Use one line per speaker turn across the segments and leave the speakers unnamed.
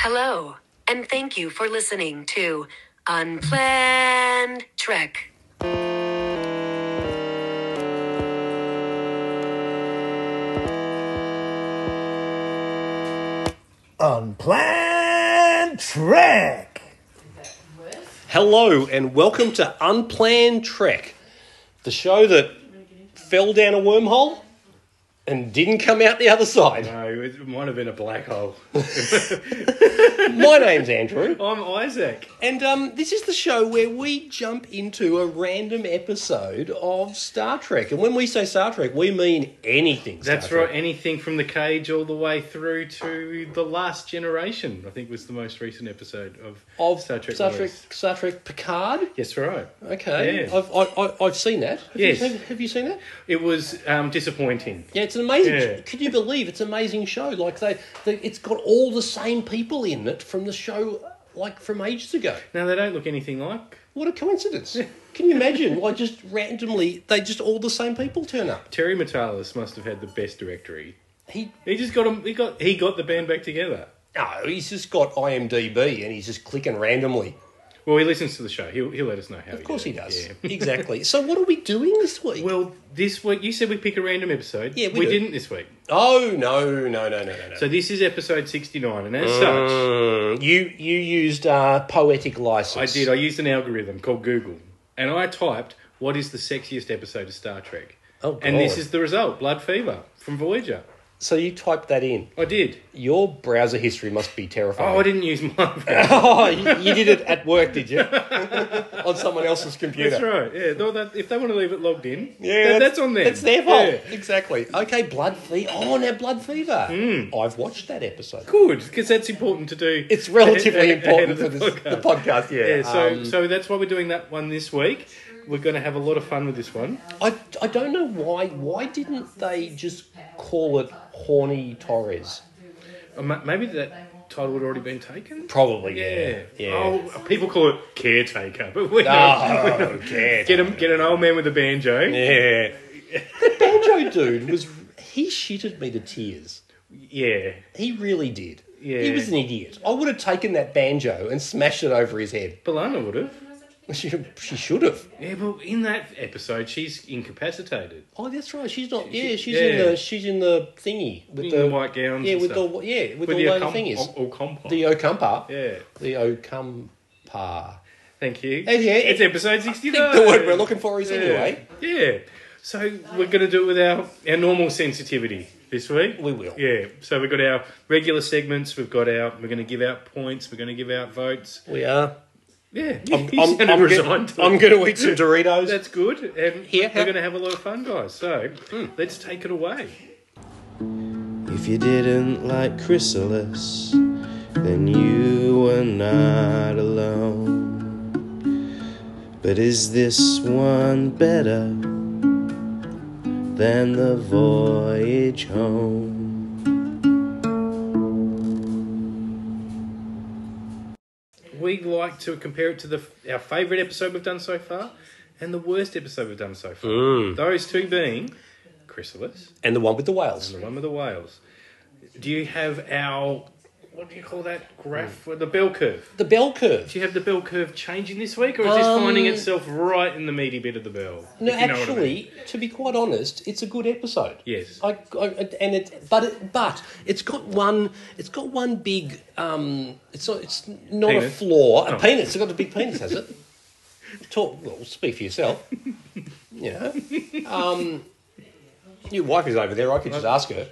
Hello, and thank you for listening to Unplanned Trek.
Unplanned Trek.
Hello and welcome to Unplanned Trek, the show that fell down a wormhole and didn't come out the other side.
No, it might have been a black hole.
My name's Andrew,
I'm Isaac.
and um, this is the show where we jump into a random episode of Star Trek. And when we say Star Trek, we mean anything. Star
That's
Trek.
right. Anything from the cage all the way through to the last generation. I think was the most recent episode of,
Of
Star Trek.
Star Trek,
release.
Star Trek Picard.
Yes, right.
Okay,
Yeah.
I've, I, I, I've seen that. Have
Yes.
You, have, have you seen that?
It was um, disappointing.
Yeah, it's an amazing.
Yeah.
Could you believe it's an amazing show? Like they, they, it's got all the same people in it from the show, like from ages ago.
Now they don't look anything like.
What a coincidence! Can you imagine? Like just randomly, they just all the same people turn up.
Terry Metalis must have had the best directory.
He
He just got him. He got he got the band back together.
no, he's just got IMDb and he's just clicking randomly.
Well, he listens to the show. He'll, he'll let us know how.
Of course he does.
Yeah.
Exactly. So what are we doing this week?
Well, this week you said we pick a random episode.
Yeah, we
we
do.
didn't this week.
oh no, no, no, no, no, no.
So this is episode sixty nine, and as such.
Mm, you you used uh, poetic license.
I did. I used an algorithm called Google, and I typed what is the sexiest episode of Star Trek.
Oh,
And this
God.
is the result: Blood Fever from Voyager.
So you typed that in.
I did.
Your browser history must be terrifying.
Oh, I didn't use mine.
Oh, you you did it at work, did you? on someone else's computer.
that's right. Yeah. No, that, if they want to leave it logged in,
Yeah,
that- that's on them.
That's their fault.
Yeah.
Exactly. Okay, blood fever. Oh, now blood fever.
Hmm.
I've watched that episode.
Good, because that's important to do.
It's relatively
ahead- ahead
important
of
for this, the podcast. Yeah.
Yeah. So,
Um,
so that's why we're doing that one this week. We're going to have a lot of fun with this one.
I, I don't know why why didn't they just call it horny Torres?
Uh, ma- Maybe that title had already been taken.
Probably.
Yeah.
Yeah. Yeah.
Oh, people call it caretaker, but we
Oh, okay.
Get him, get an old man with a banjo.
Yeah. the banjo dude was he shitted me to tears.
Yeah,
He really did.
Yeah.
He was an idiot. I would have taken that banjo and smashed it over his head.
Balana would have.
She, she should have.
Yeah, but in that episode, she's incapacitated.
Oh, that's right. She's not. Yeah, she's
yeah.
in the she's in the thingy with
In the white gowns
Yeah,
and
with
stuff.
the yeah with, all
the
the
Ocum-
thingies.
O- or compo.
the Okumpa.
yeah,
The Okumpa.
thank you.
And yeah,
it's
it-
episode sixty-nine.
The word we're looking for is anyway.
Yeah. yeah. So we're going to do it with our, our normal sensitivity this week.
We will.
Yeah. So we've got our regular segments. We've got our. We're going to give out points. We're going to give out votes.
We are.
Yeah.
I'm,
you
I'm,
sounded
I'm,
resigned
gonna,
to
I'm
it.
gonna eat some Doritos.
That's good. And
Here,
we're
have- Hmm.
going to have a lot of fun, guys. So let's take it away.
If you didn't like Chrysalis, then you were not alone. But is this one better than the voyage home?
We like to compare it to the our favourite episode we've done so far, and the worst episode we've done so far.
Hmm.
Those two being Chrysalis
and the one with the whales.
and the one with the whales. Do you have our what do you call that
Hmm.
graph? The bell curve.
The bell curve.
Do you have the bell curve changing this week, or is this finding itself right in the meaty bit of the bell?
Um, No,
if you know what I
actually,
mean?
to be quite honest, it's a good episode.
Yes.
I, I and it, but it, but it's got one, it's got one big. Um, it's not, it's not a
Penis?
flaw. A
Oh.
penis. It's got a big penis, has it? Talk. Well, speak for yourself. You know, um, your wife is over there. I could just ask her.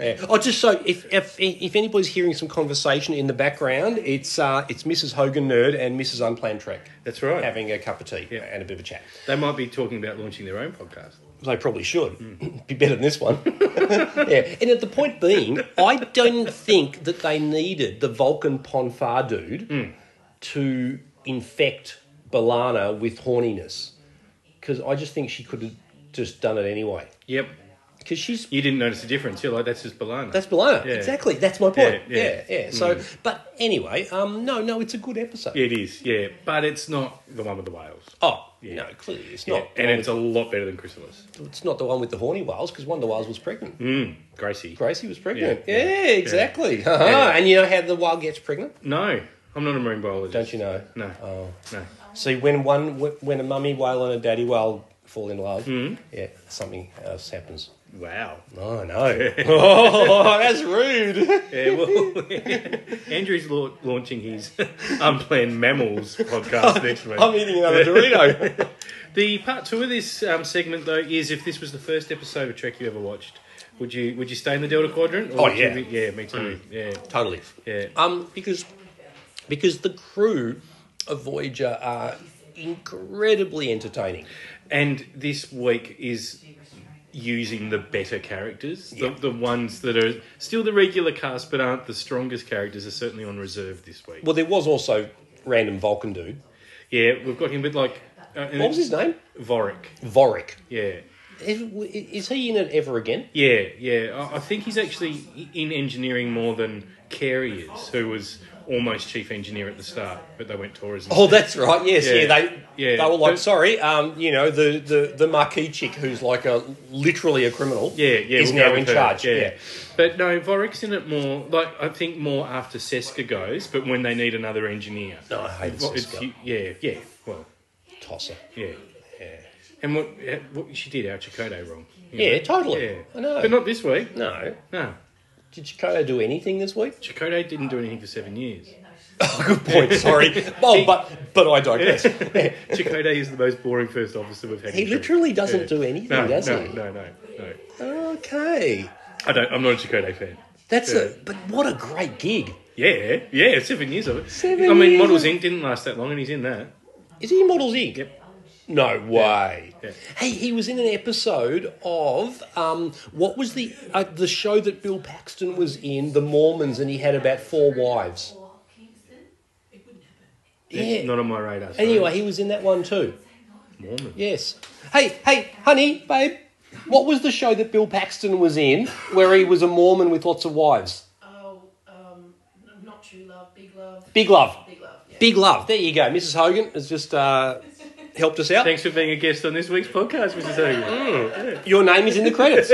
Yeah. Oh, just so if, if if anybody's hearing some conversation in the background, it's uh, it's Mrs. Hogan Nerd and Mrs. Unplanned Trek
that's right.
having a cup of tea
Yeah.
and a bit of a chat.
They might be talking about launching their own podcast.
They probably should. Be better than this one. yeah. And at the point being, I don't think that they needed the Vulcan Ponfar dude
Hmm.
to infect Balana with horniness. Because I just think she could have just done it anyway.
Yep.
Because she's.
You didn't notice the difference. You're like, that's just Balana.
That's Balana.
Yeah.
Exactly. That's my point.
Yeah,
Yeah.
yeah. Hmm.
Yeah. So, but anyway, um, no, no, it's a good episode.
It is, yeah, but it's not the one with the whales.
Oh, No, clearly it's
Yeah,
not.
and it's a lot better than Chrysalis.
It's not the one with the horny whales because one of the whales was pregnant.
Gracie.
Gracie was pregnant. Yeah,
Yeah.
exactly. Uh-huh. And you know how the whale gets pregnant?
No, I'm not a marine biologist.
Don't you know?
No.
Oh.
No.
See, when one when a mummy whale and a daddy whale fall in love, yeah, something else happens.
Wow.
Hmm. Oh no! oh, that's rude.
Yeah, well, Andrew's la- launching his unplanned mammals podcast next week.
I'm eating another Dorito.
The part two of this um, segment, though, is if this was the first episode of Trek you ever watched, would you would you stay in the Delta Quadrant? Or
Oh,
would you
yeah. Mm.
be- yeah, me too. Yeah,
totally.
yeah.
Um, because because the crew of Voyager are incredibly entertaining.
And this week is using the better characters.
Yeah.
The, the ones that are still the regular cast but aren't the strongest characters are certainly on reserve this week.
Well, there was also random Vulcan dude.
Yeah, we've got him with like. Uh, and
What was his name?
Vorik.
Vorik.
Yeah.
Is, is he in it ever again?
Yeah, yeah. I, I think he's actually i- in engineering more than Carey is, who was almost chief engineer at the start, but they went tourism.
Oh, that's right. Yes, yeah.
Yeah.
they
Yeah.
they were like,
But-
sorry, um, you know, the, the the marquee chick who's like a literally a criminal.
Yeah, yeah,
is
we'll go
now in
with her.
charge. Yeah.
but no, Vorik's in it more. Like I think more after Seska goes, but when they need another engineer.
No, I hate
Well,
this
it's- yeah, yeah. Well,
tosser.
yeah, yeah. And what, eh, what she did our Chakotay wrong. you
Yeah,
know.
totally.
Yeah,
I know.
But not this week.
no.
No,
Did Chicago do anything this week?
Chakotay didn't do anything for seven years.
Oh, good point. Sorry. Oh, but but I digress.
Chakotay is the most boring first officer we've had.
He
in Trek.
literally doesn't
Yeah.
do anything,
no,
does
no,
he?
No, no, no.
Okay.
I don't. I'm not a Chakotay fan.
That's a
Yeah.
but what a great gig.
Yeah, yeah. Seven years of it.
Seven
I mean,
years
Models
of-
Inc. didn't last that long, and he's in that.
Is he in Models Inc?
Yep.
No way.
Yeah.
Hey, he was in an episode of um, what was the uh, the show that Bill Paxton was in, The Mormons, and he had about four wives. Yeah.
Not on my radar. sorry.
Anyway, he was in that one too.
Mormon.
Yes. Hey, hey, honey, babe. What was the show that Bill Paxton was in where he was a Mormon with lots of wives?
Oh, um, n- not true love, big love.
Big Love.
Big love. Yeah.
Big Love. There you go. Mrs. Hogan has just uh, helped us out.
Thanks for being a guest on this week's podcast, Mrs. Hogan.
Your name is in the credits.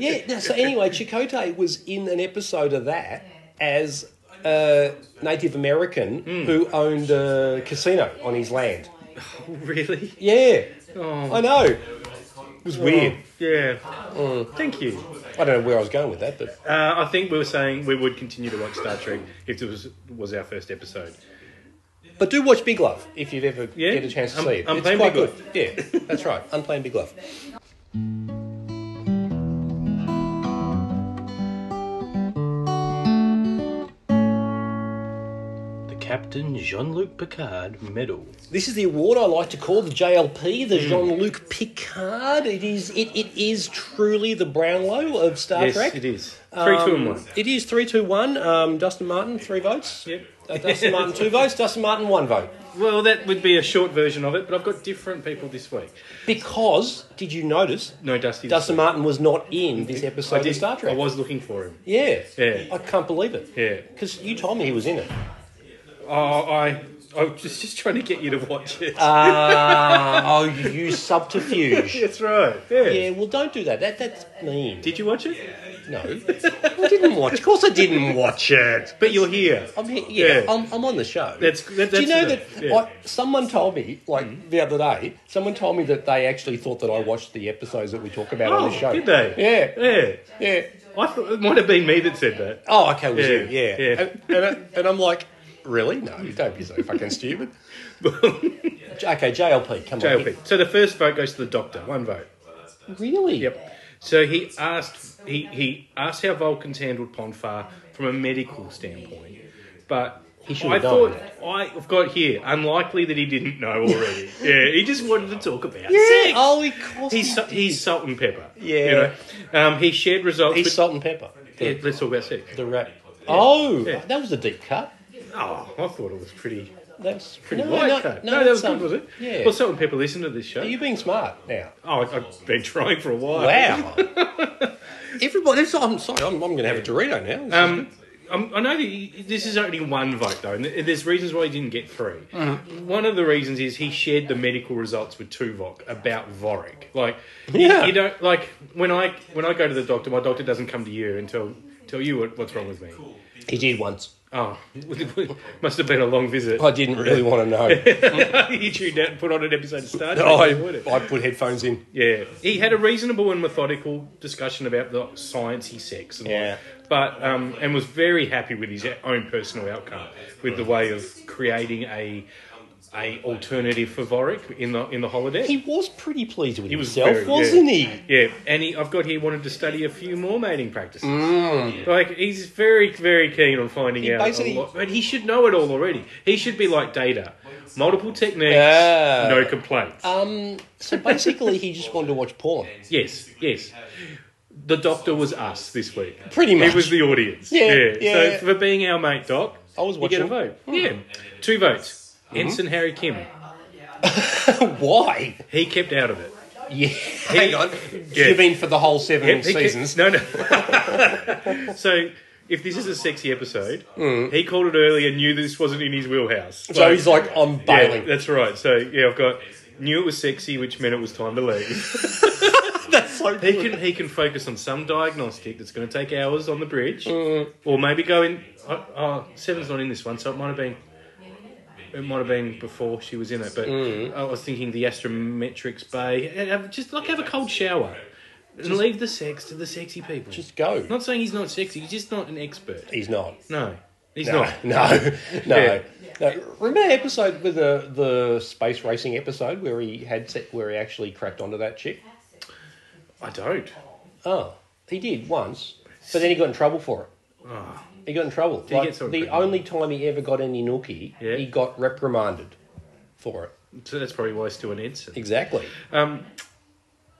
yeah. no, so anyway, Chicote was in an episode of that as a Native American
Hmm.
who owned a casino on his land. Mm.
Really?
Yeah,
Oh,
I know. It Oh. was weird.
yeah. Mm. Thank you.
I don't know where I was going with that, but
Uh, I think we were saying we would continue to watch Star Trek if it was was our first episode.
but do watch Big Love if you've ever
Yeah.
get a chance to
Un-
see it. it's
Unplanned
quite
Big
good. Yeah, that's right. Unplanned Big Love.
The Captain Jean Luc Picard Medal.
This is the award I like to call the JLP, the
Hmm.
Jean-Luc Picard. It is it, it is truly the Brownlow of Star
Yes,
Trek. Um,
it is. Three, two, and one.
It is three, two, one. Um, Dustin Martin, three votes.
Yep.
Uh, Dustin Martin, two votes. Dustin Martin, one vote.
Well, that would be a short version of it, but I've got different people this week.
Because did you notice
No, Dusty. this
Dustin
week.
Martin was not in this episode
I did-
of Star Trek?
I was looking for him.
Yeah.
Yeah.
I can't believe it.
Yeah.
Because you told me he was in it.
Oh, I. I was just, just trying to get you to watch it.
Uh, Ah, oh, you use subterfuge.
That's right. Yeah.
Yeah, well, don't do that. That that's mean.
Did you watch it?
No, I didn't watch. Of course, I didn't watch it.
But you're here.
I'm here, yeah,
Yeah.
I'm, I'm on the show.
That's- that-
Do you
that's
know that
enough, yeah. Mm.
I, someone told me, like the other day, someone told me that they actually thought that I watched the episodes that we talk about on the show.
Oh, did they?
Yeah,
Yeah.
yeah.
I thought it might have been me that said that.
Oh, okay, it was
Yeah,
you? Yeah,
yeah.
And, and, I, and I'm like, really? No, don't be so fucking stupid. okay, JLP, come on.
JLP. So the first vote goes to the doctor. One vote.
Really?
Yep. So he asked he, he asked how Vulcans handled Ponfar from a medical standpoint, but he
should
I
have
thought
known
I've got here unlikely that he didn't know already. yeah, he just wanted to talk about
Yeah.
sex.
Oh, of course.
He's sa- he's salt and pepper.
Yeah.
You know? um, he shared results.
he's
with-
salt and pepper.
Yeah,
The,
let's talk about sex.
the rap. Oh,
Yeah.
that was a deep cut.
Oh, I thought it was pretty
That's
pretty
no,
light.
no,
cut.
No,
no, that
that's,
was good,
um,
was it?
Yeah.
Well, salt and pepper listen to this show.
Are you being smart now?
Oh, I- I've been trying for a while.
Wow. Everybody, I'm sorry, I'm, I'm going to have a Dorito now.
Um, I'm, I know that you- this is only one vote though, and th- there's reasons why he didn't get 3
Uh-huh.
One of the reasons is he shared the medical results with Tuvok about Vorik. Like, you-
Yeah.
you, don't like when I when I go to the doctor, my doctor doesn't come to you and tell tell you what, what's wrong with me.
He did once.
Oh, must have been a long visit.
I didn't really want to know.
you tuned out and put on an episode of Star Trek. avoid it.
I, I put headphones in.
Yeah, he had a reasonable and methodical discussion about the sciencey sex. And all
Yeah.
that. but um, and was very happy with his own personal outcome with the way of creating a a alternative for Vorik in the in the holiday.
He was pretty pleased with
was
himself,
very- yeah.
wasn't he?
yeah, and he, I've got here wanted to study a few more mating practices. Like he's very, very keen on finding
Mm. He
out. a
basically-
lot, but he should know it all already. He should be like Data, multiple techniques,
Yeah.
no complaints.
Um, so basically, he just wanted to watch porn.
Yes, yes. The Doctor was us this week.
Pretty much.
He was the audience.
Yeah,
Yeah.
yeah. Hmm.
So for being our mate, Doc,
I was
you get a
watching.
vote. Yeah. Two votes. Ensign Harry Kim.
Why?
He kept out of it.
Yeah. Hang on.
Yeah.
You've been for the whole seven
Yep, he kept-
seasons.
no, no. so if this is a sexy episode,
Hmm.
he called it early and knew this wasn't in his wheelhouse.
so he's like, I'm
yeah,
bailing.
that's right. So yeah, I've got knew it was sexy, which meant it was time to leave.
so
He can he can focus on some diagnostic that's going to take hours on the bridge,
Mm.
or maybe go in. Oh, oh, seven's not in this one, so it might have been. It might have been before she was in it, but
Mm.
I was thinking the astrometrics bay. And have- Just like have a cold shower and leave the sex to the sexy people.
just go.
not saying he's not sexy, he's just not an expert.
He's not.
No, he's
No,
not.
no, no.
Yeah.
no. Remember that episode with the the space racing episode where he had set where he actually cracked onto that chick?
I don't.
Oh, he did once, but then he got in trouble for it. He got in trouble.
Oh. he
Like,
get sort of
the
reprimanded?
only time he ever got any nookie,
Yeah.
he got reprimanded for it.
So that's probably why he's still an ensign.
Exactly.
Um,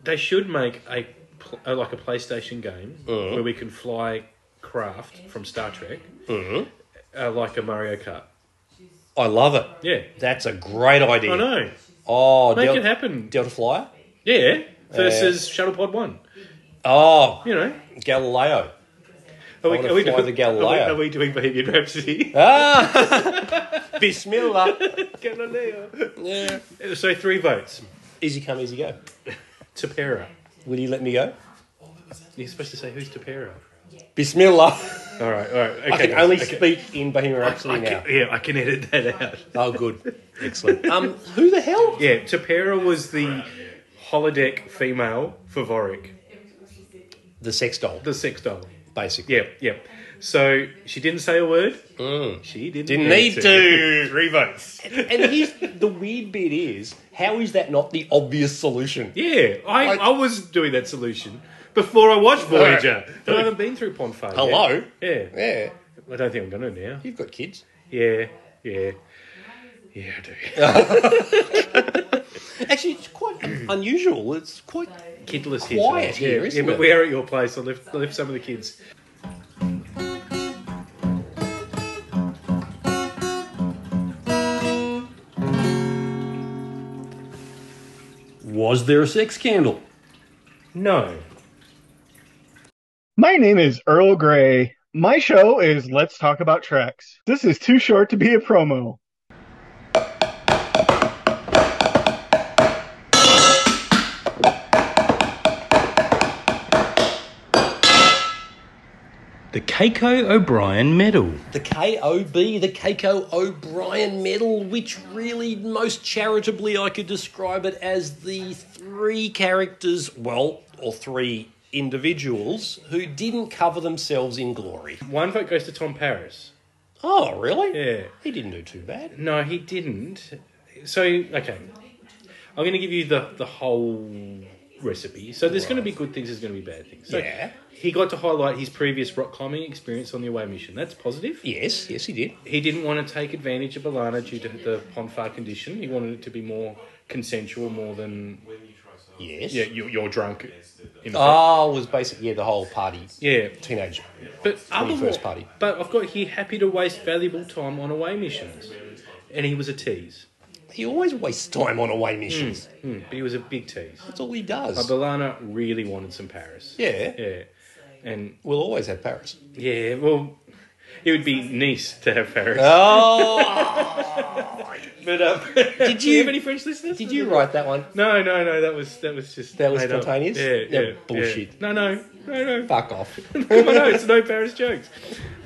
they should make a pl- uh, like a PlayStation game
Uh-huh.
where we can fly craft from Star Trek,
Uh-huh.
uh, like a Mario Kart.
I love it.
Yeah,
That's a great idea.
I know.
Oh,
Make
Del-
it happen.
Delta Flyer.
Yeah, versus Shuttle Pod One.
Oh,
You know,
Galileo.
are
wanna fly the Galileo.
Are we, are we doing Bohemian Rhapsody?
Ah, Bismillah.
Galileo.
yeah.
So three votes.
Easy come, easy go.
Tapera.
Will you let me go?
You're supposed to say who's Tapera.
Bismillah.
All right, all right. Okay,
I can
guys.
only
Okay.
speak in Bohemian
I
Rhapsody now.
can, yeah, I can edit that out.
Oh, good. Excellent. Um, who the hell?
Yeah, Tapera was the holodeck female for Vorik,
The sex doll,
the sex doll.
basically.
Yeah, yeah. So she didn't say a word. She didn't,
Mm. Didn't need to.
Three votes.
And here's the weird bit is, how is that not the obvious solution?
Yeah, I, I,
Like-
was doing that solution before I watched Voyager. But I haven't been through Pond Phase.
Hello?
Yeah. yeah.
Yeah,
I don't think I'm going to now.
you've got kids.
Yeah, yeah. Yeah, I do.
Uh, Actually, it's quite unusual. It's quite.
kidless here.
Quiet
today.
here,
yeah,
isn't
yeah,
it?
but we are at your place. I left, I left some of the kids.
Was there a sex scandal?
No.
My name is Earl Grey. My show is Let's Talk About Treks. This is too short to be a promo.
The Keiko O'Brien Medal.
The KOB, the Keiko O'Brien Medal, which really most charitably I could describe it as the three characters, well, or three individuals who didn't cover themselves in glory.
One vote goes to Tom Paris.
Oh, really?
Yeah.
He didn't do too bad.
No, he didn't. So okay, I'm going to give you the the whole recipe. So there's going to be good things. There's going to be bad things. So
Yeah.
He got to highlight his previous rock climbing experience on the away mission. That's positive.
Yes, yes, he did.
He didn't want to take advantage of Alana due to the Ponfar condition. He wanted it to be more consensual, more than
Yes.
yeah, you're, you're drunk. In the
Oh, it was basically yeah, the whole party.
yeah,
Teenage.
But other
first party.
But I've got here happy to waste valuable time on away missions, and he was a tease.
He always wastes time on away missions.
Hmm, but he was a big tease.
That's all he does.
Balana really wanted some Paris.
yeah.
Yeah. And
We'll always have Paris.
yeah, well, It would be nice to have Paris.
Uh, Oh,
but, um,
did
do you have
you
any French listeners?
did you write that one?
No, no, no. That was that was just
That was
made up.
spontaneous?
Yeah,
Yeah,
yeah,
bullshit.
yeah. No, no, no, no.
Fuck off!
Come on, no, it's no Paris jokes.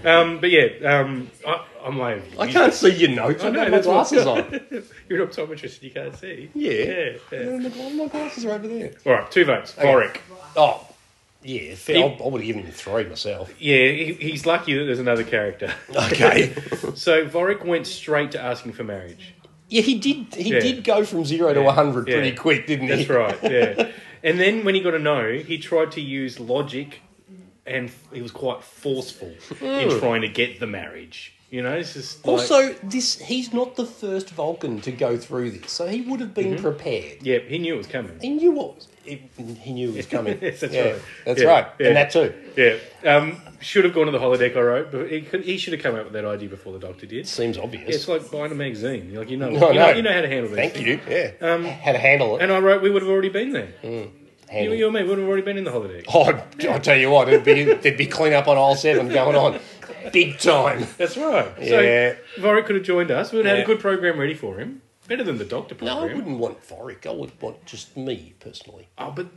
Um, but yeah, um, I, I'm like,
I can't see your notes.
I
I've
know,
got my
that's what-
glasses on.
You're an optometrist and you can't see.
Yeah.
yeah.
My my glasses are over there.
All right, two votes. Boric.
Oh, yeah. Fair. I, I would have given him three myself.
Yeah, he, he's lucky that there's another character.
Okay.
so Vorik went straight to asking for marriage.
yeah, he did. He
Yeah.
did go from zero to
Yeah.
one hundred pretty
Yeah.
quick, didn't he?
That's right. Yeah. and then when he got a no, he tried to use logic, and he was quite forceful in trying to get the marriage. You know, it's just like,
Hmm. Also, this—he's not the first Vulcan to go through this, so he would have
Mm-hmm.
been prepared.
yeah, he knew it was coming.
He knew what was, he, he knew was coming.
Yes, that's
yeah,
right.
That's
Yeah,
right.
yeah.
And that too.
Yeah, um, should have gone to the holodeck. I wrote, but he, could, he should have come up with that idea before the doctor did.
Seems
Yeah, it's
obvious.
like buying a magazine. Like you know,
No,
you, know
no.
you know how to handle these
Thank
things.
you. Yeah.
Um,
How to handle it.
And I wrote, we would have already been there.
Hmm.
You,
Handle.
you and me would have already been in the holiday.
Oh, I- I'll tell you what, it'd be, there'd be clean up on aisle seven going on big time.
That's right.
Yeah.
So Vorik could have joined us. We'd have
Yeah.
had a good program ready for him. Better than the doctor
No,
program.
I wouldn't want Vorik. I would want just me personally.
Oh, but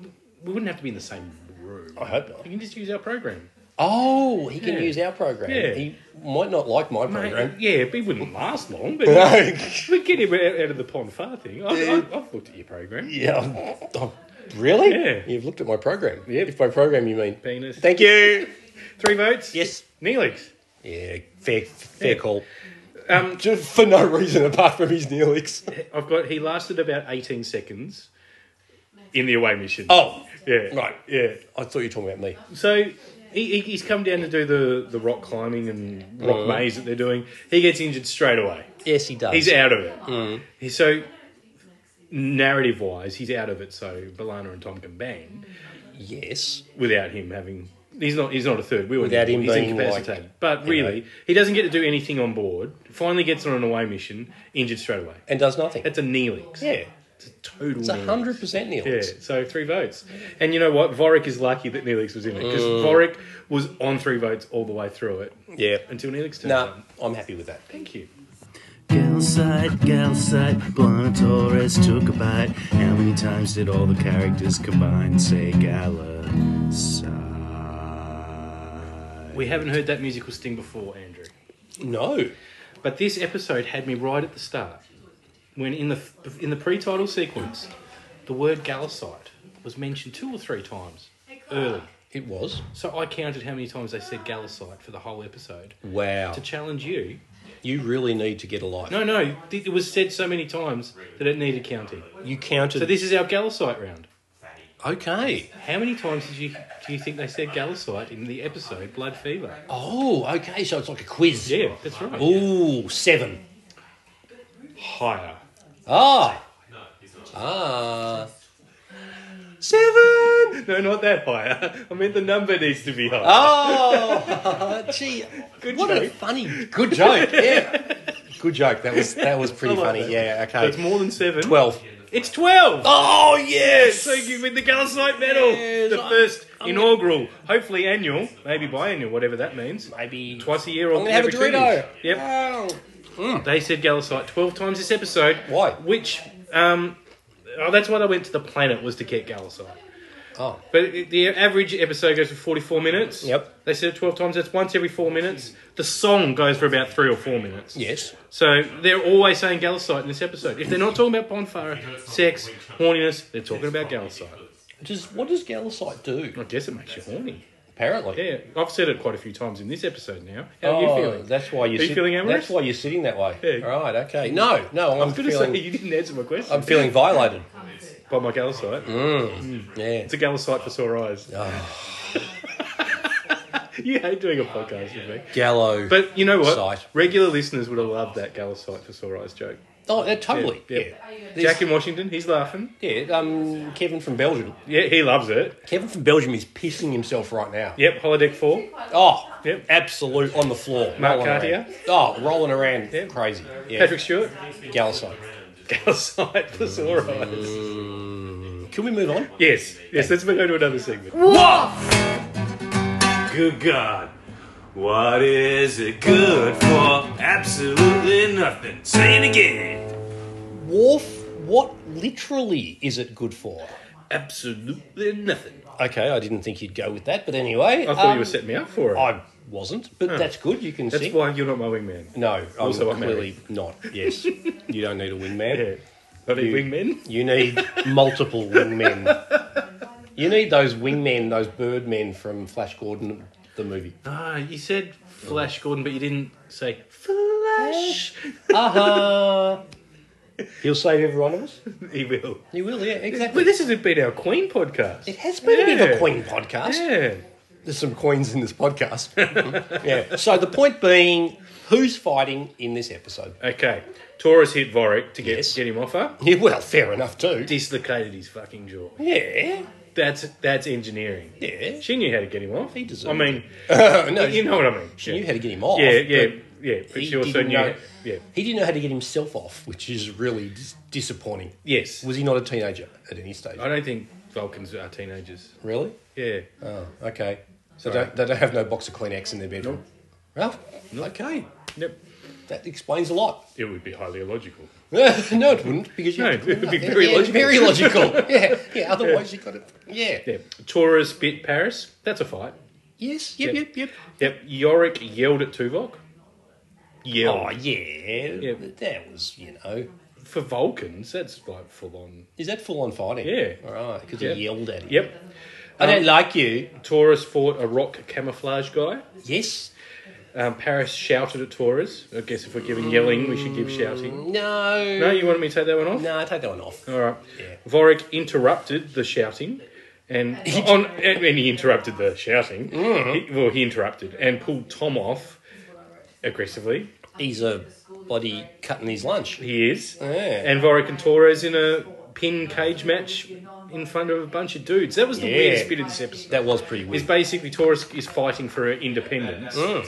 we wouldn't have to be in the same room.
I hope not.
You can just use our program.
Oh, he can
Yeah.
use our program.
Yeah.
He might not like my program.
yeah, but it wouldn't last long. But
No.
we'd get him out out of the pond far thing. I,
Yeah.
I, I've looked at your program.
yeah. I'm- I'm- really?
Yeah.
You've looked at my program.
Yep.
If by program you mean.
Penis.
Thank you.
Three votes.
Yes.
Neelix.
Yeah, fair, fair
Yeah.
call.
Um,
Just for no reason apart from his Neelix.
I've got. He lasted about eighteen seconds in the away mission.
Oh,
yeah.
right.
Yeah.
I thought you were talking about me.
So he, he, he's come down to do the, the rock climbing and rock
Uh.
maze that they're doing. He gets injured straight away.
Yes, he does.
He's out of it.
Mm.
He- So narrative wise, he's out of it. So Balana and Tom can bang
Yes.
without him having. He's not. He's not a third wheel.
Without
anymore.
him
he's
being
incapacitated.
like-
but
you know.
really, he doesn't get to do anything on board. Finally, gets on an away mission, injured straight away.
And does nothing.
That's a Neelix.
yeah.
it's a total.
It's a
Neelix.
100% Neelix.
Yeah, so three votes. And you know what? Vorik is lucky that Neelix was in it because
Mm.
Vorik was on three votes all the way through it
Yeah.
until Neelix turned
No,
on.
I'm happy with that.
Thank you.
Gal side, gal side, Blunt Torres took a bite. How many times did all the characters combine say gala side?
We haven't heard that musical sting before, Andrew.
No.
But this episode had me right at the start when in the in the pre-title sequence, the word Galicite was mentioned two or three times early.
It was.
So I counted how many times they said Galicite for the whole episode.
Wow.
To challenge you,
You really need to get a life.
no, no, th- it was said so many times that it needed counting.
You counted.
So this is our Galicite round.
okay.
How many times did you do you think they said Galicite in the episode Blood Fever?
Oh, okay. So it's like a quiz.
Yeah, that's right.
Ooh, seven.
Higher.
Ah. Ah. Seven.
No, not that higher. I meant the number needs to be higher.
Oh, gee.
Good
Ah, what a
joke.
funny. Good joke. Yeah. good joke. That was that was pretty
I like
funny.
that.
Yeah.
So it's
Okay.
more than seven.
Twelve.
It's twelve.
Oh yes.
So you win the Galicite medal,
Yes,
the
I-
1st
I'm
inaugural, hopefully annual, maybe biannual, whatever that means.
Maybe.
Twice a year or
I'm gonna have a
every two
Dorito.
years. Yep.
Oh.
They said Galicite twelve times this episode.
Why?
Which, um, oh, that's why they went to the planet was to get Galicite.
Oh.
But it- the average episode goes for forty-four minutes.
Yep.
They said it twelve times. That's once every four minutes. The song goes for about three or four minutes.
Yes.
So they're always saying Galicite in this episode. If they're not talking about bonfire, sex, horniness, they're talking about Galicite.
Just what does Galicite
I
do?
guess it makes you horny.
Apparently.
Yeah, I've said it quite a few times in this episode now. How are you feeling?
Oh, That's why you're
Are you feeling amorous?
That's why you're sitting that way.
Yeah.
Right. Okay. No. No. I'm
I was going to
feeling.
say you didn't answer my question.
I'm feeling violated.
by my Galicite.
Yeah. Oh.
It's a Galicite for sore eyes. you hate doing a podcast with me.
Gallo.
But you know what?
Sight.
Regular listeners would have loved that Galicite for sore eyes joke.
oh, yeah, totally.
Yeah,
Yeah.
yeah.
There's-
Jack in Washington, he's laughing.
yeah. Um, Kevin from Belgium.
Yeah, he loves it.
Kevin from Belgium is pissing himself right now.
Yep, holodeck four.
Oh.
Yep.
Absolute on the floor.
Mark
rolling
Cartier.
around. Oh, rolling around. Crazy. Yeah.
Patrick Stewart,
Galicite.
Galicite for sore
Mm.
eyes.
Can we move on?
Yes, yes. Let's go to another segment.
What?
Good God.
What is it good for? Absolutely nothing. Say it again.
Wharf, what literally is it good for?
Absolutely nothing.
Okay, I didn't think you'd go with that, but anyway.
I thought
um,
you were setting me up for it.
I wasn't, but that's good. You can
That's
sing.
why you're not my wingman.
No, I'm
Also, I'm
clearly not. Yes, you don't need a wingman.
Yeah. Not
You-
a wingman.
You need multiple wingmen. You need those wingmen, those birdmen from Flash Gordon, the movie.
Ah, you said Flash Gordon, but you didn't say Flash.
Aha! He'll save every one of us.
he will.
Uh-huh. He will, yeah,
Well,
exactly.
this has been our Queen podcast.
It has been a bit of a
Yeah.
Queen podcast.
Yeah.
There's some Queens in this podcast. yeah. So the point being, who's fighting in this episode?
Okay. Taurus hit Vorik to get
Yes.
get him off her.
Yeah, well, fair enough too.
Dislocated his fucking jaw.
Yeah,
That's that's engineering.
yeah.
She knew how to get him off.
He deserved
I mean,
no,
you know what I mean.
she
yeah.
knew how to get him off.
Yeah, yeah,
but-
yeah. But
he
she also
didn't
knew.
know-
Yeah.
He didn't know how to get himself off, which is really dis- disappointing.
Yes.
Was he not a teenager at any stage?
I don't think Vulcans are teenagers.
Really?
Yeah.
Oh, okay. So
Sorry.
don't, they don't have no box of Kleenex in their bedroom. Well, okay.
Yep.
That explains a lot.
It would be highly illogical.
no, it wouldn't because you
No,
have to clean
it would be
up.
very
Yeah,
logical.
Very logical. yeah, yeah. Otherwise, you got it. Yeah.
Yeah. Taurus bit Paris. That's a fight.
Yes. Yep.
Yeah.
Yep. Yep.
Yep. Yorick yelled at Tuvok. Yelled.
Oh yeah.
Yeah.
but That was you know.
For Vulcans, that's like full on.
Is that full on fighting?
Yeah.
All right. Because
Yeah.
he yelled at him.
Yep.
I don't like you.
Taurus fought a rock camouflage guy.
Yes.
Um, Paris shouted at Taurus. I guess if we're giving yelling, we should give shouting.
No.
No, you wanted me to take that one off?
No, take that one off.
All right.
Yeah.
Vorik interrupted the shouting, and on and and he interrupted the shouting.
Mm-hmm.
He- well, he interrupted and pulled Tom off aggressively.
He's a bloody cutting his lunch.
He is.
Yeah.
And Vorik and Torres in a pin cage match in front of a bunch of dudes. That was the
Yeah.
weirdest bit of this episode.
That was pretty
Is
weird.
basically Torres is fighting for her independence
Oh.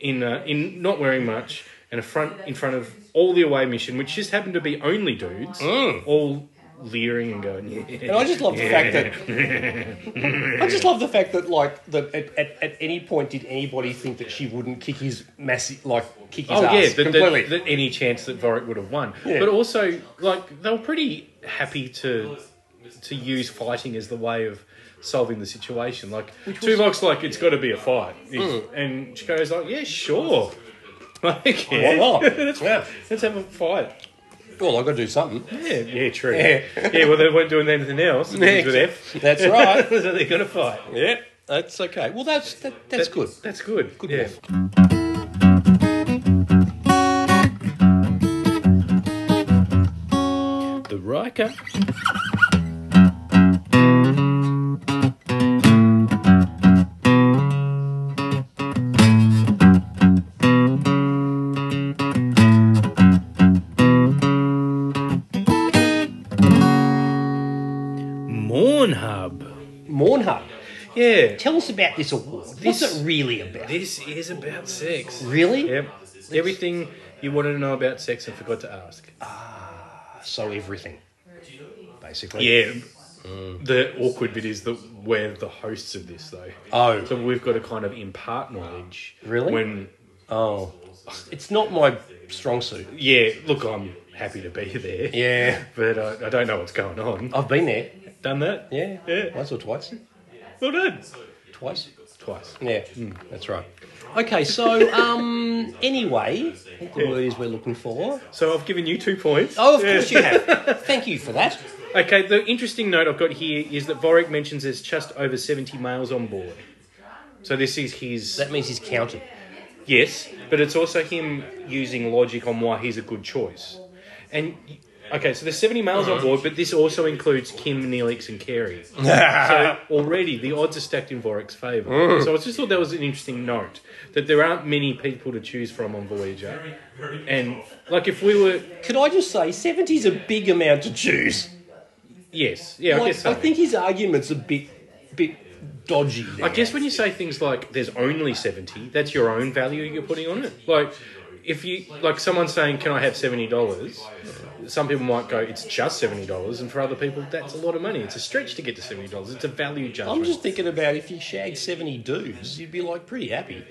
in uh, in not wearing much and a front in front of all the away mission, which just happened to be only dudes, all leering and going. Yeah.
Oh. And I just love the fact that I just love the fact that like that at, at, at any point did anybody think that she wouldn't kick his massive like kick his
Oh
ass
yeah, that,
completely.
that, that any chance that Vorik would have won,
Yeah.
but also like they were pretty happy to to use fighting as the way of solving the situation. Like Tuvok's like it's got to be a fight, If-
Hmm.
and she goes like, yeah, sure. Like, yeah,
not?
let's,
Yeah.
let's have a fight.
well, I got to do something.
Yeah, yeah, true.
Yeah.
Yeah. well, they weren't doing anything else. It begins with F.
That's right.
so they're gonna fight.
yeah, that's okay. Well, that's that, that's
That-
good.
That's good.
Good
yeah.
wolf.
The Riker. Mornhub.
Mornhub,
Yeah.
tell us about this award. What's
This-
it really about?
This is about sex.
Really?
Yep. Everything you wanted to know about sex and forgot to ask.
So everything, basically.
Yeah. Mm. The awkward bit is that we're the hosts of this, though.
Oh.
So we've got to kind of impart knowledge.
Really?
When,
Oh, it's not my strong suit.
yeah, look, I'm happy to be there.
Yeah,
But I, I don't know what's going on.
I've been there.
Done that?
Yeah,
Yeah.
once or twice.
Well done.
Twice.
Twice.
Yeah, that's right. Okay, so um, anyway, I think the word is we're looking for.
So I've given you two points.
Oh, of
Yeah.
course you have. Thank you for that.
Okay, the interesting note I've got here is that Vorik mentions there's just over 70 males on board. So this is his.
That means he's counted.
Yes, but it's also him using logic on why he's a good choice. And okay, so there's 70 males on board, but this also includes Kim, Neelix, and Carey. so already the odds are stacked in Vorik's favour. So I just thought that was an interesting note that there aren't many people to choose from on Voyager. And like if we were,
Could I just say, seventy's a big amount to choose.
yes, yeah, I
Like,
guess so.
think his argument's a bit, bit dodgy.
I guess when you say things like "there's only 70, that's your own value you're putting on it. Like if you like someone saying, "Can I have seventy dollars?" Some people might go, "It's just seventy dollars," and for other people, that's a lot of money. It's a stretch to get to seventy dollars. It's a value judgment.
I'm just thinking about if you shagged 70 dudes, you'd be like pretty happy.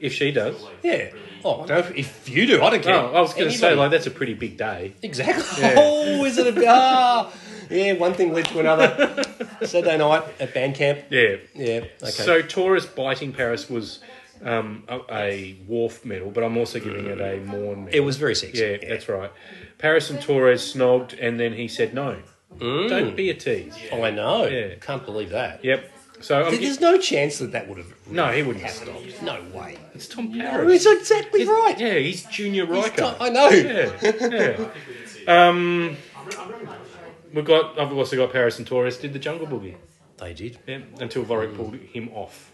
if she does.
Yeah. Oh, I don't, if you do, I don't care.
Oh, I was going to say
Anybody.
like that's a pretty big day.
Exactly.
Yeah.
Oh, is it a. Ah, yeah, one thing led to another. Saturday night at band camp.
Yeah.
Yeah. Okay.
So Taurus biting Paris was um, a, a wharf medal, but I'm also giving it a Morn medal.
it was very sexy.
Yeah, that's right. Paris and Torres snogged, and then he said no.
Mm.
Don't be a tease.
Oh, I know.
Yeah.
Can't believe that.
Yep. So I'm
There-
gi-
There's no chance that that would have.
no, he wouldn't have
happened.
stopped.
No way.
It's Tom
I
Paris.
mean, it's exactly
He's-
Oh, right.
Yeah, he's Junior
He's
Riker.
done- I know.
Yeah, yeah. Um, we got. I've also got Paris and Torres did the Jungle Boogie.
They did.
Yeah, until Vorik pulled him off.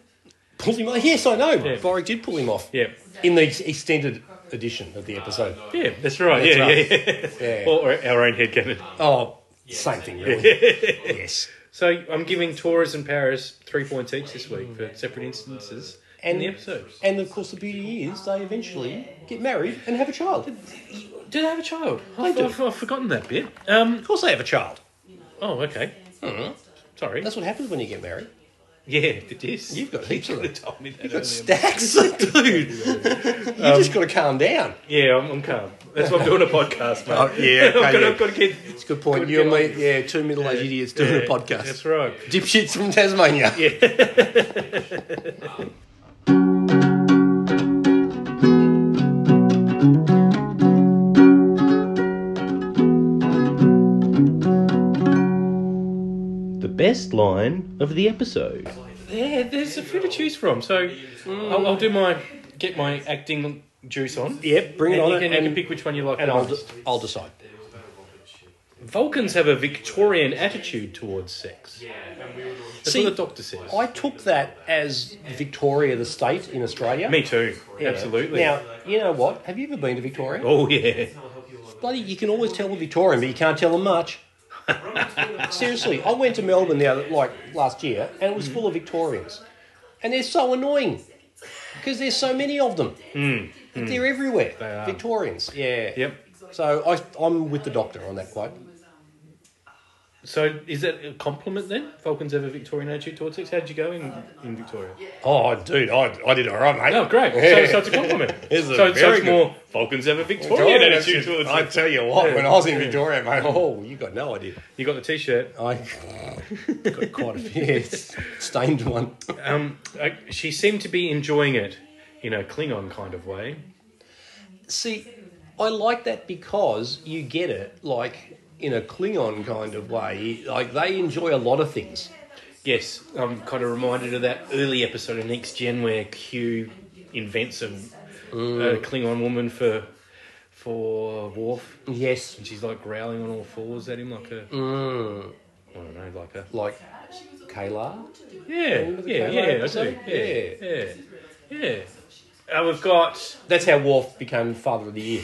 Pulled him off. Yes, I know.
Yeah.
Vorig did pull him off.
Yeah.
In the ex- extended edition of the episode.
Yeah, that's right.
That's
yeah,
right.
yeah,
Yeah.
yeah. Or our own headcanon.
Oh, same thing, really. yes.
So I'm giving Torres and Paris three points each this week for separate instances in the episode.
And of course, the beauty is they eventually get married and have a child. Of
Do they have a child?
They do.
I've, I've forgotten that bit. Um,
course, they have a child.
oh, okay. Sorry.
That's what happens when you get married.
yeah, it is.
You've got heaps of them.
told me that
You've got stacks, dude. you just got to calm down.
Yeah, I'm, I'm calm. That's why I'm doing a podcast, mate.
Oh, yeah,
I've, got, I've got to get...
It's a good point.
Good
You and
get
me, yeah, two middle-aged idiots doing a podcast.
That's right.
Dipshits from Tasmania.
The best line of the episode.
Yeah, there's a few to choose from. So mm, I'll, I'll do my... Get my acting juice on.
Yep, bring it
And
on.
you can, you
and
can pick which one you like
and
the
I'll,
most.
de- I'll decide.
Vulcans have a Victorian attitude towards sex. That's
See,
what the doctor says.
I took that as Victoria, the state in Australia.
Me too.
Yeah.
Absolutely.
Now, you know what? Have you ever been to Victoria?
oh yeah.
Bloody, you can always tell a Victorian, but you can't tell them much. Seriously, I went to Melbourne the other, like last year, and it was full of Victorians, and they're so annoying because there's so many of them. But They're everywhere.
Hmm, They are.
Victorians, yeah.
Yep.
So I, I'm with the doctor on that quote.
So is that a compliment then? Falcons have a Victorian attitude towards sex. How'd you go in, in Victoria?
Oh, dude, I, I did all right, mate.
Oh, great. So, so it's a compliment.
It's a
so, so
very
it's
good-
more Falcons have a Victorian
Victorian
attitude
attitude.
towards
I
sex.
tell you what,
Yeah.
when I was in Victoria, mate, oh, you got no idea.
You got the T-shirt.
I got quite a few yeah, it's stained one.
Um, I, she seemed to be enjoying it in a Klingon kind of way.
See, I like that because you get it like in a Klingon kind of way. Like they enjoy a lot of things.
Yes, I'm kind of reminded of that early episode of Next Gen where Q invents a,
Mm.
a Klingon woman for for Worf,
Yes,
and she's like growling on all fours at him like a
Mm.
I don't know, like a
like Kayla.
yeah,
Remember the
yeah,
Kayla
yeah, I do,
episode?
yeah, yeah, yeah. Uh, we've got
That's how Worf became Father of the Year.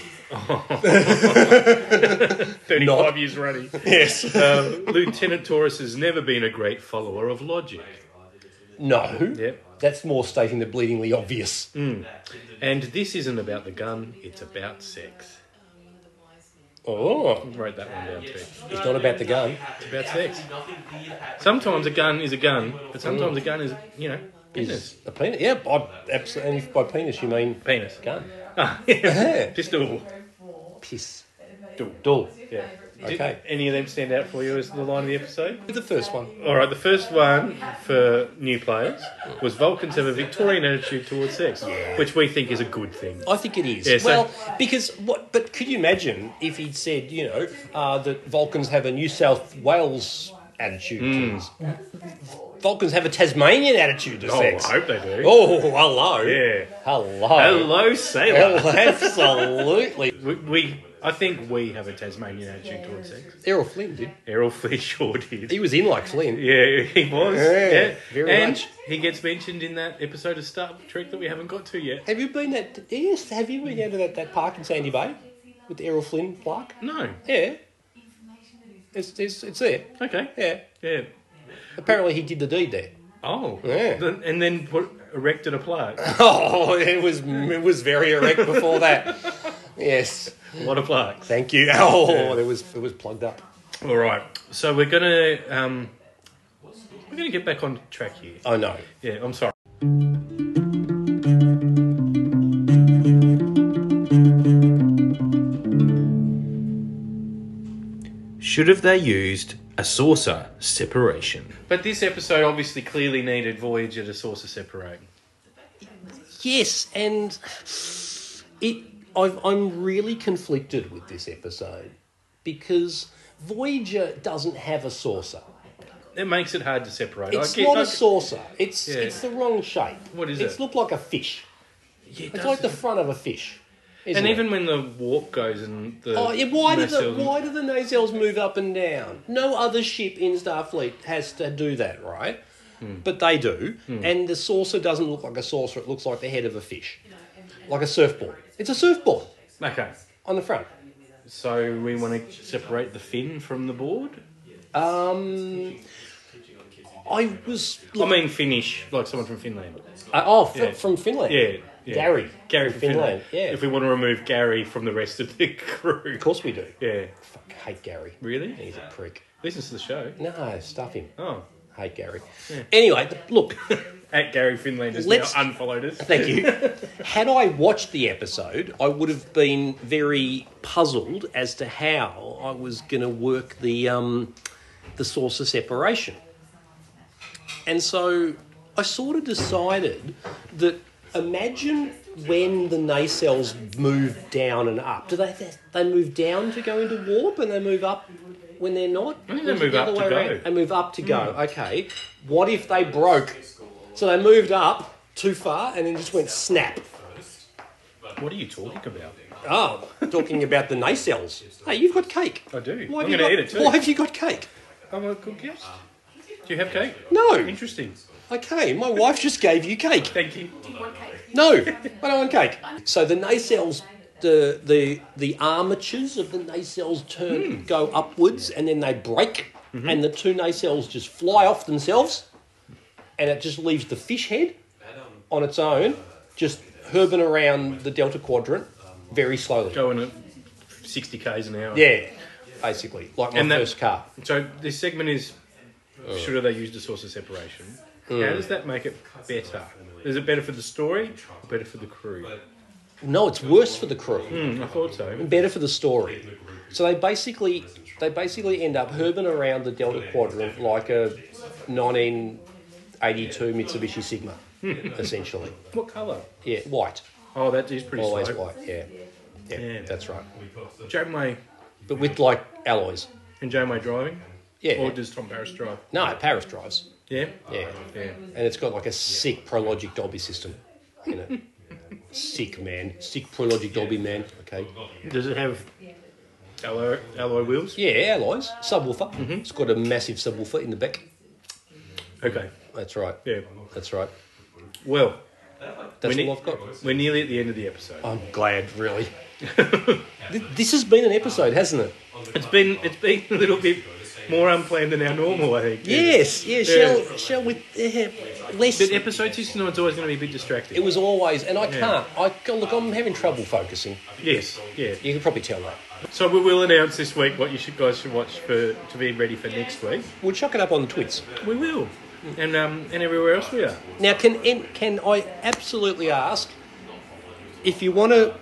thirty-five
Not-
years ready.
Yes.
Um, Lieutenant Taurus has never been a great follower of logic.
No.
Yep.
That's more stating the bleedingly obvious.
And this isn't about the gun; it's about sex.
Oh,
Write that one down too.
it's not about the gun.
about sex. Sometimes a gun is a gun, but sometimes a gun is, you know, penis.
It's a penis. Yeah, by, absolutely. And if by penis you mean
Penis.
gun.
Ah, yeah.
Yeah.
Pistol.
Piss.
Duel.
Dull.
Yeah.
Okay.
Did any of them stand out for you as the line of the episode?
The first one.
All right, the first one for new players was Vulcans have a Victorian attitude towards sex, which we think is a good thing.
I think it is.
Yeah, so-
well, because what? But could you imagine if he'd said, you know, uh, that Vulcans have a New South Wales attitude?
Hmm.
towards- Vulcans have a Tasmanian attitude to
Oh,
sex.
I hope they do.
Oh, hello.
Yeah.
Hello.
Hello, sailor.
Hell, absolutely.
We, we, I think we have a Tasmanian attitude towards sex.
Errol Flynn did.
Errol Flea sure did.
He was in like Flynn.
Yeah, he was.
Yeah,
Yeah,
very
and
much.
he gets mentioned in that episode of Star Trek that we haven't got to yet.
Have you been that? Yes. Have you been out to that, that park in Sandy Bay with the Errol Flynn plaque?
No.
Yeah. It's it's it's there.
Okay.
Yeah.
Yeah.
Apparently, he did the deed there.
Oh,
Yeah.
Then- and then put, erected a plaque.
Oh, it was it was very erect before that. yes,
a lot of plaques.
thank you. Oh, it was it was plugged up.
All right, so we're gonna um, we're gonna get back on track here.
Oh no,
Yeah, I'm sorry.
Should have they used a saucer separation?
But this episode obviously clearly needed Voyager to source a separate.
Yes, and it. I've, I'm really conflicted with this episode because Voyager doesn't have a saucer.
It makes it hard to separate.
It's
get-
not a saucer. It's
Yeah.
it's the wrong shape.
What is
it's
it?
looked like a fish.
Yeah, it
It's
does.
like the front of a fish. isn't
and
it?
even when the warp goes and the
Oh, yeah, why do the
nacelles-
why do the nacelles move up and down? No other ship in Starfleet has to do that, right?
Hmm.
But they do, and the saucer doesn't look like a saucer. It looks like the head of a fish, like a surfboard. It's a surfboard
okay.
on the front.
So we want to separate the fin from the board.
Um, I was.
I mean Finnish, like someone from Finland.
Uh, oh, fr-
yeah.
from Finland.
Yeah, yeah.
Gary.
Gary
From
from
Finland,
Finland.
yeah.
If we want to remove Gary from the rest of the crew.
Of course we do.
Yeah.
Fuck, hate Gary.
Really?
He's a prick.
Listens to the show.
No, stuff him.
Oh.
Hate Gary. Anyway, look.
At Gary Finland has
Let's-
now unfollowed us.
Thank you. Had I watched the episode, I would have been very puzzled as to how I was going to work the um, the source of separation. And so I sort of decided that imagine when the nacelles move down and up. Do they they move down to go into warp and they move up when they're not?
I think they
Or is it
move
the
up
other
to
way
go.
They move up to go. Okay. What if they broke? So they moved up too far and then just went snap.
What are you talking about?
Oh, talking about the nacelles. Hey, you've got cake.
I do.
Why
I'm
have
going to
you got-
eat it too.
Why have you got cake?
I'm a good guest. Do you have cake?
No.
Interesting.
Okay, my wife just gave you cake.
Thank you.
No, I don't want cake. So the nacelles, the the the armatures of the nacelles turn
Hmm.
go upwards, and then they break,
Mm-hmm.
and the two nacelles just fly off themselves, and it just leaves the fish head on its own, just herbing around the delta quadrant very slowly.
Going at 60 k's an hour.
Yeah, basically, like my
And that-
first car.
So this segment is
Oh.
should have they used a source of separation?
Mm.
How does that make it better? Is it better for the story? Better for the crew?
No, it's worse for the crew.
Hmm, I thought so.
better for the story. So they basically they basically end up herbing around the Delta Quadrant like a 1982 Mitsubishi Sigma, essentially.
What colour?
Yeah, white,
Oh, that is pretty
always
slow.
white. Yeah. yeah,
Yeah.
that's right.
Janeway
But with like alloys.
and Janeway driving,
Yeah.
or does Tom Paris drive?
no, Paris drives.
Yeah,
Yeah,
yeah.
and it's got like a sick Prologic Dolby system in it. sick man, sick Prologic Dolby man. Okay.
Does it have alloy, alloy wheels?
Yeah, alloys, subwoofer.
Mm-hmm.
It's got a massive subwoofer in the back.
Okay,
That's right.
yeah.
That's right.
Well,
That's
We
all
need-
I've got.
we're nearly at the end of the episode.
I'm glad, really. Th- this has been an episode, hasn't it?
It's been it's been a little bit more unplanned than our normal, I think.
Yes, yeah. Shall shall we? Uh, less.
But episode 69 is always going to be a bit distracting.
It was always, and I can't. I go- look. I'm having trouble focusing.
yes, yeah.
You can probably tell that.
So we will announce this week what you should guys should watch for to be ready for next week.
We'll chuck it up on the twits.
We will, and um, and everywhere else we are.
Now, can en- can I absolutely ask if you want to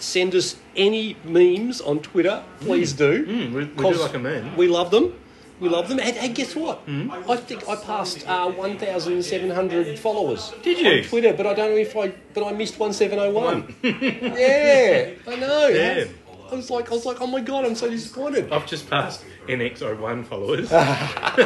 send us any memes on Twitter? Please do.
We, we do
Cause
like a man. Hmm?
We love them. We love them. And, and guess what? I think I passed uh, 1,700 followers.
Did you?
On Twitter, but I don't know if I. But I missed 1701. yeah, I know.
Yeah.
I was like, I was like, oh my god, I'm so disappointed.
I've just passed NX01 followers.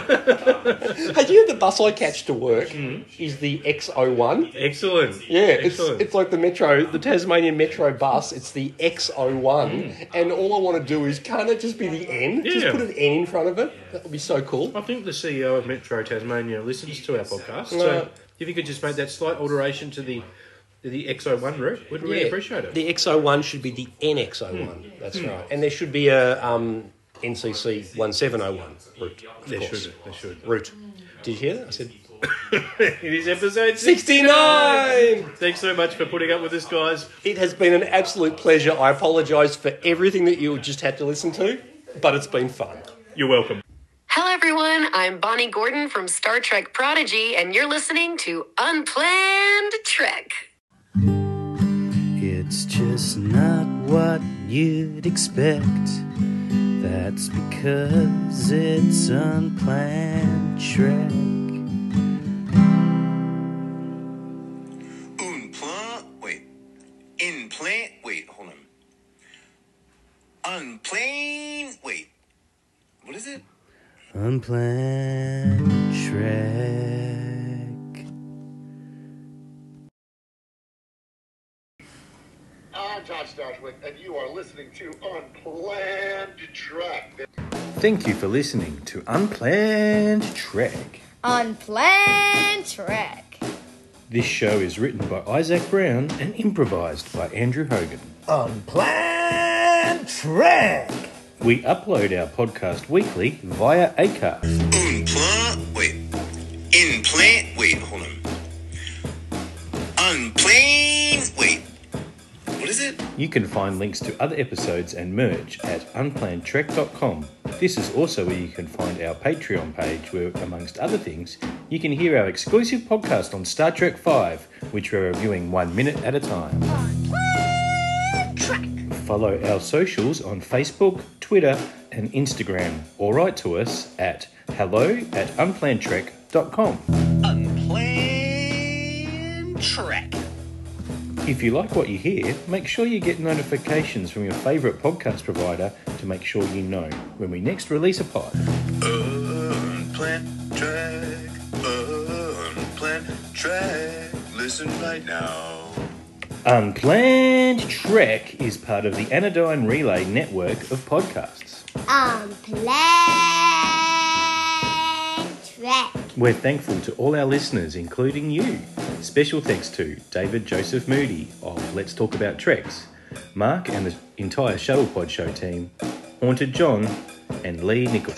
Hey, do you know the bus I catch to work
Hmm?
is the X01?
Excellent.
Yeah, it's,
Excellent.
it's like the metro, the Tasmanian metro bus. It's the X01, and all I want to do is can't it just be the N? Just
Hmm. Yeah.
put an N in front of it. That would be so cool.
I think the CEO of Metro Tasmania listens to our podcast.
No.
So if you could just make that slight alteration to the to the XO1 route, we'd really
Yeah,
appreciate it. Hmm.
The XO1 should be the NXO1. That's right. And there should be a um, NCC 1701 route. Of
They
course.
should. They should.
Route. Did you hear that? I said
it is episode
69!
Thanks so much for putting up with us, guys.
It has been an absolute pleasure. I apologise for everything that you just had to listen to, but it's been fun.
You're welcome.
Hello, everyone. I'm Bonnie Gordon from Star Trek Prodigy, and you're listening to Unplanned Trek.
It's just not what you'd expect. That's because it's unplanned Trek.
Unplant. Wait. Implant. Wait. Hold on. Unplane. Wait. What is it?
Unplanned Trek.
I'm Josh Dashwick, and you are listening to Unplanned Track.
Thank you for listening to Unplanned Trek.
Unplanned Trek.
This show is written by Isaac Brown and improvised by Andrew Hogan.
Unplanned Trek.
We upload our podcast weekly via Acast.
Unplant. Wait. Implant. Wait. Hold on. Unplane. Wait. What is it?
You can find links to other episodes and merch at unplannedtrek.com. This is also where you can find our Patreon page, where, amongst other things, you can hear our exclusive podcast on Star Trek V, which we're reviewing one minute at a time. Follow our socials on Facebook, Twitter, and Instagram, or write to us at hello at unplannedtrek.com.
Unplanned Trek.
If you like what you hear, make sure you get notifications from your favourite podcast provider to make sure you know when we next release a pod.
Unplanned Trek. Unplanned Trek. Listen right now.
Unplanned Trek is part of the Anodyne Relay network of podcasts.
Unplanned Trek.
We're thankful to all our listeners, including you. Special thanks to David Joseph Moody of Let's Talk About Treks, Mark and the entire Shuttlepod Show team, Haunted John, and Lee Nichol.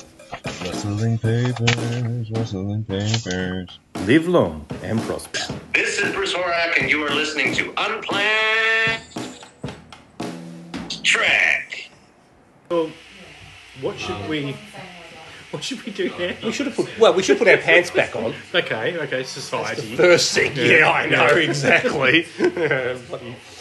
Rustling papers, rustling papers.
Live long and prosper.
This is Bruce Horak, and you are listening to Unplanned Trek.
Well, Um, what should we. What should we do now?
We should have put, well, we should put our pants back on.
Okay, okay, society.
First thing, yeah, I know,
Yeah.
exactly. Bloody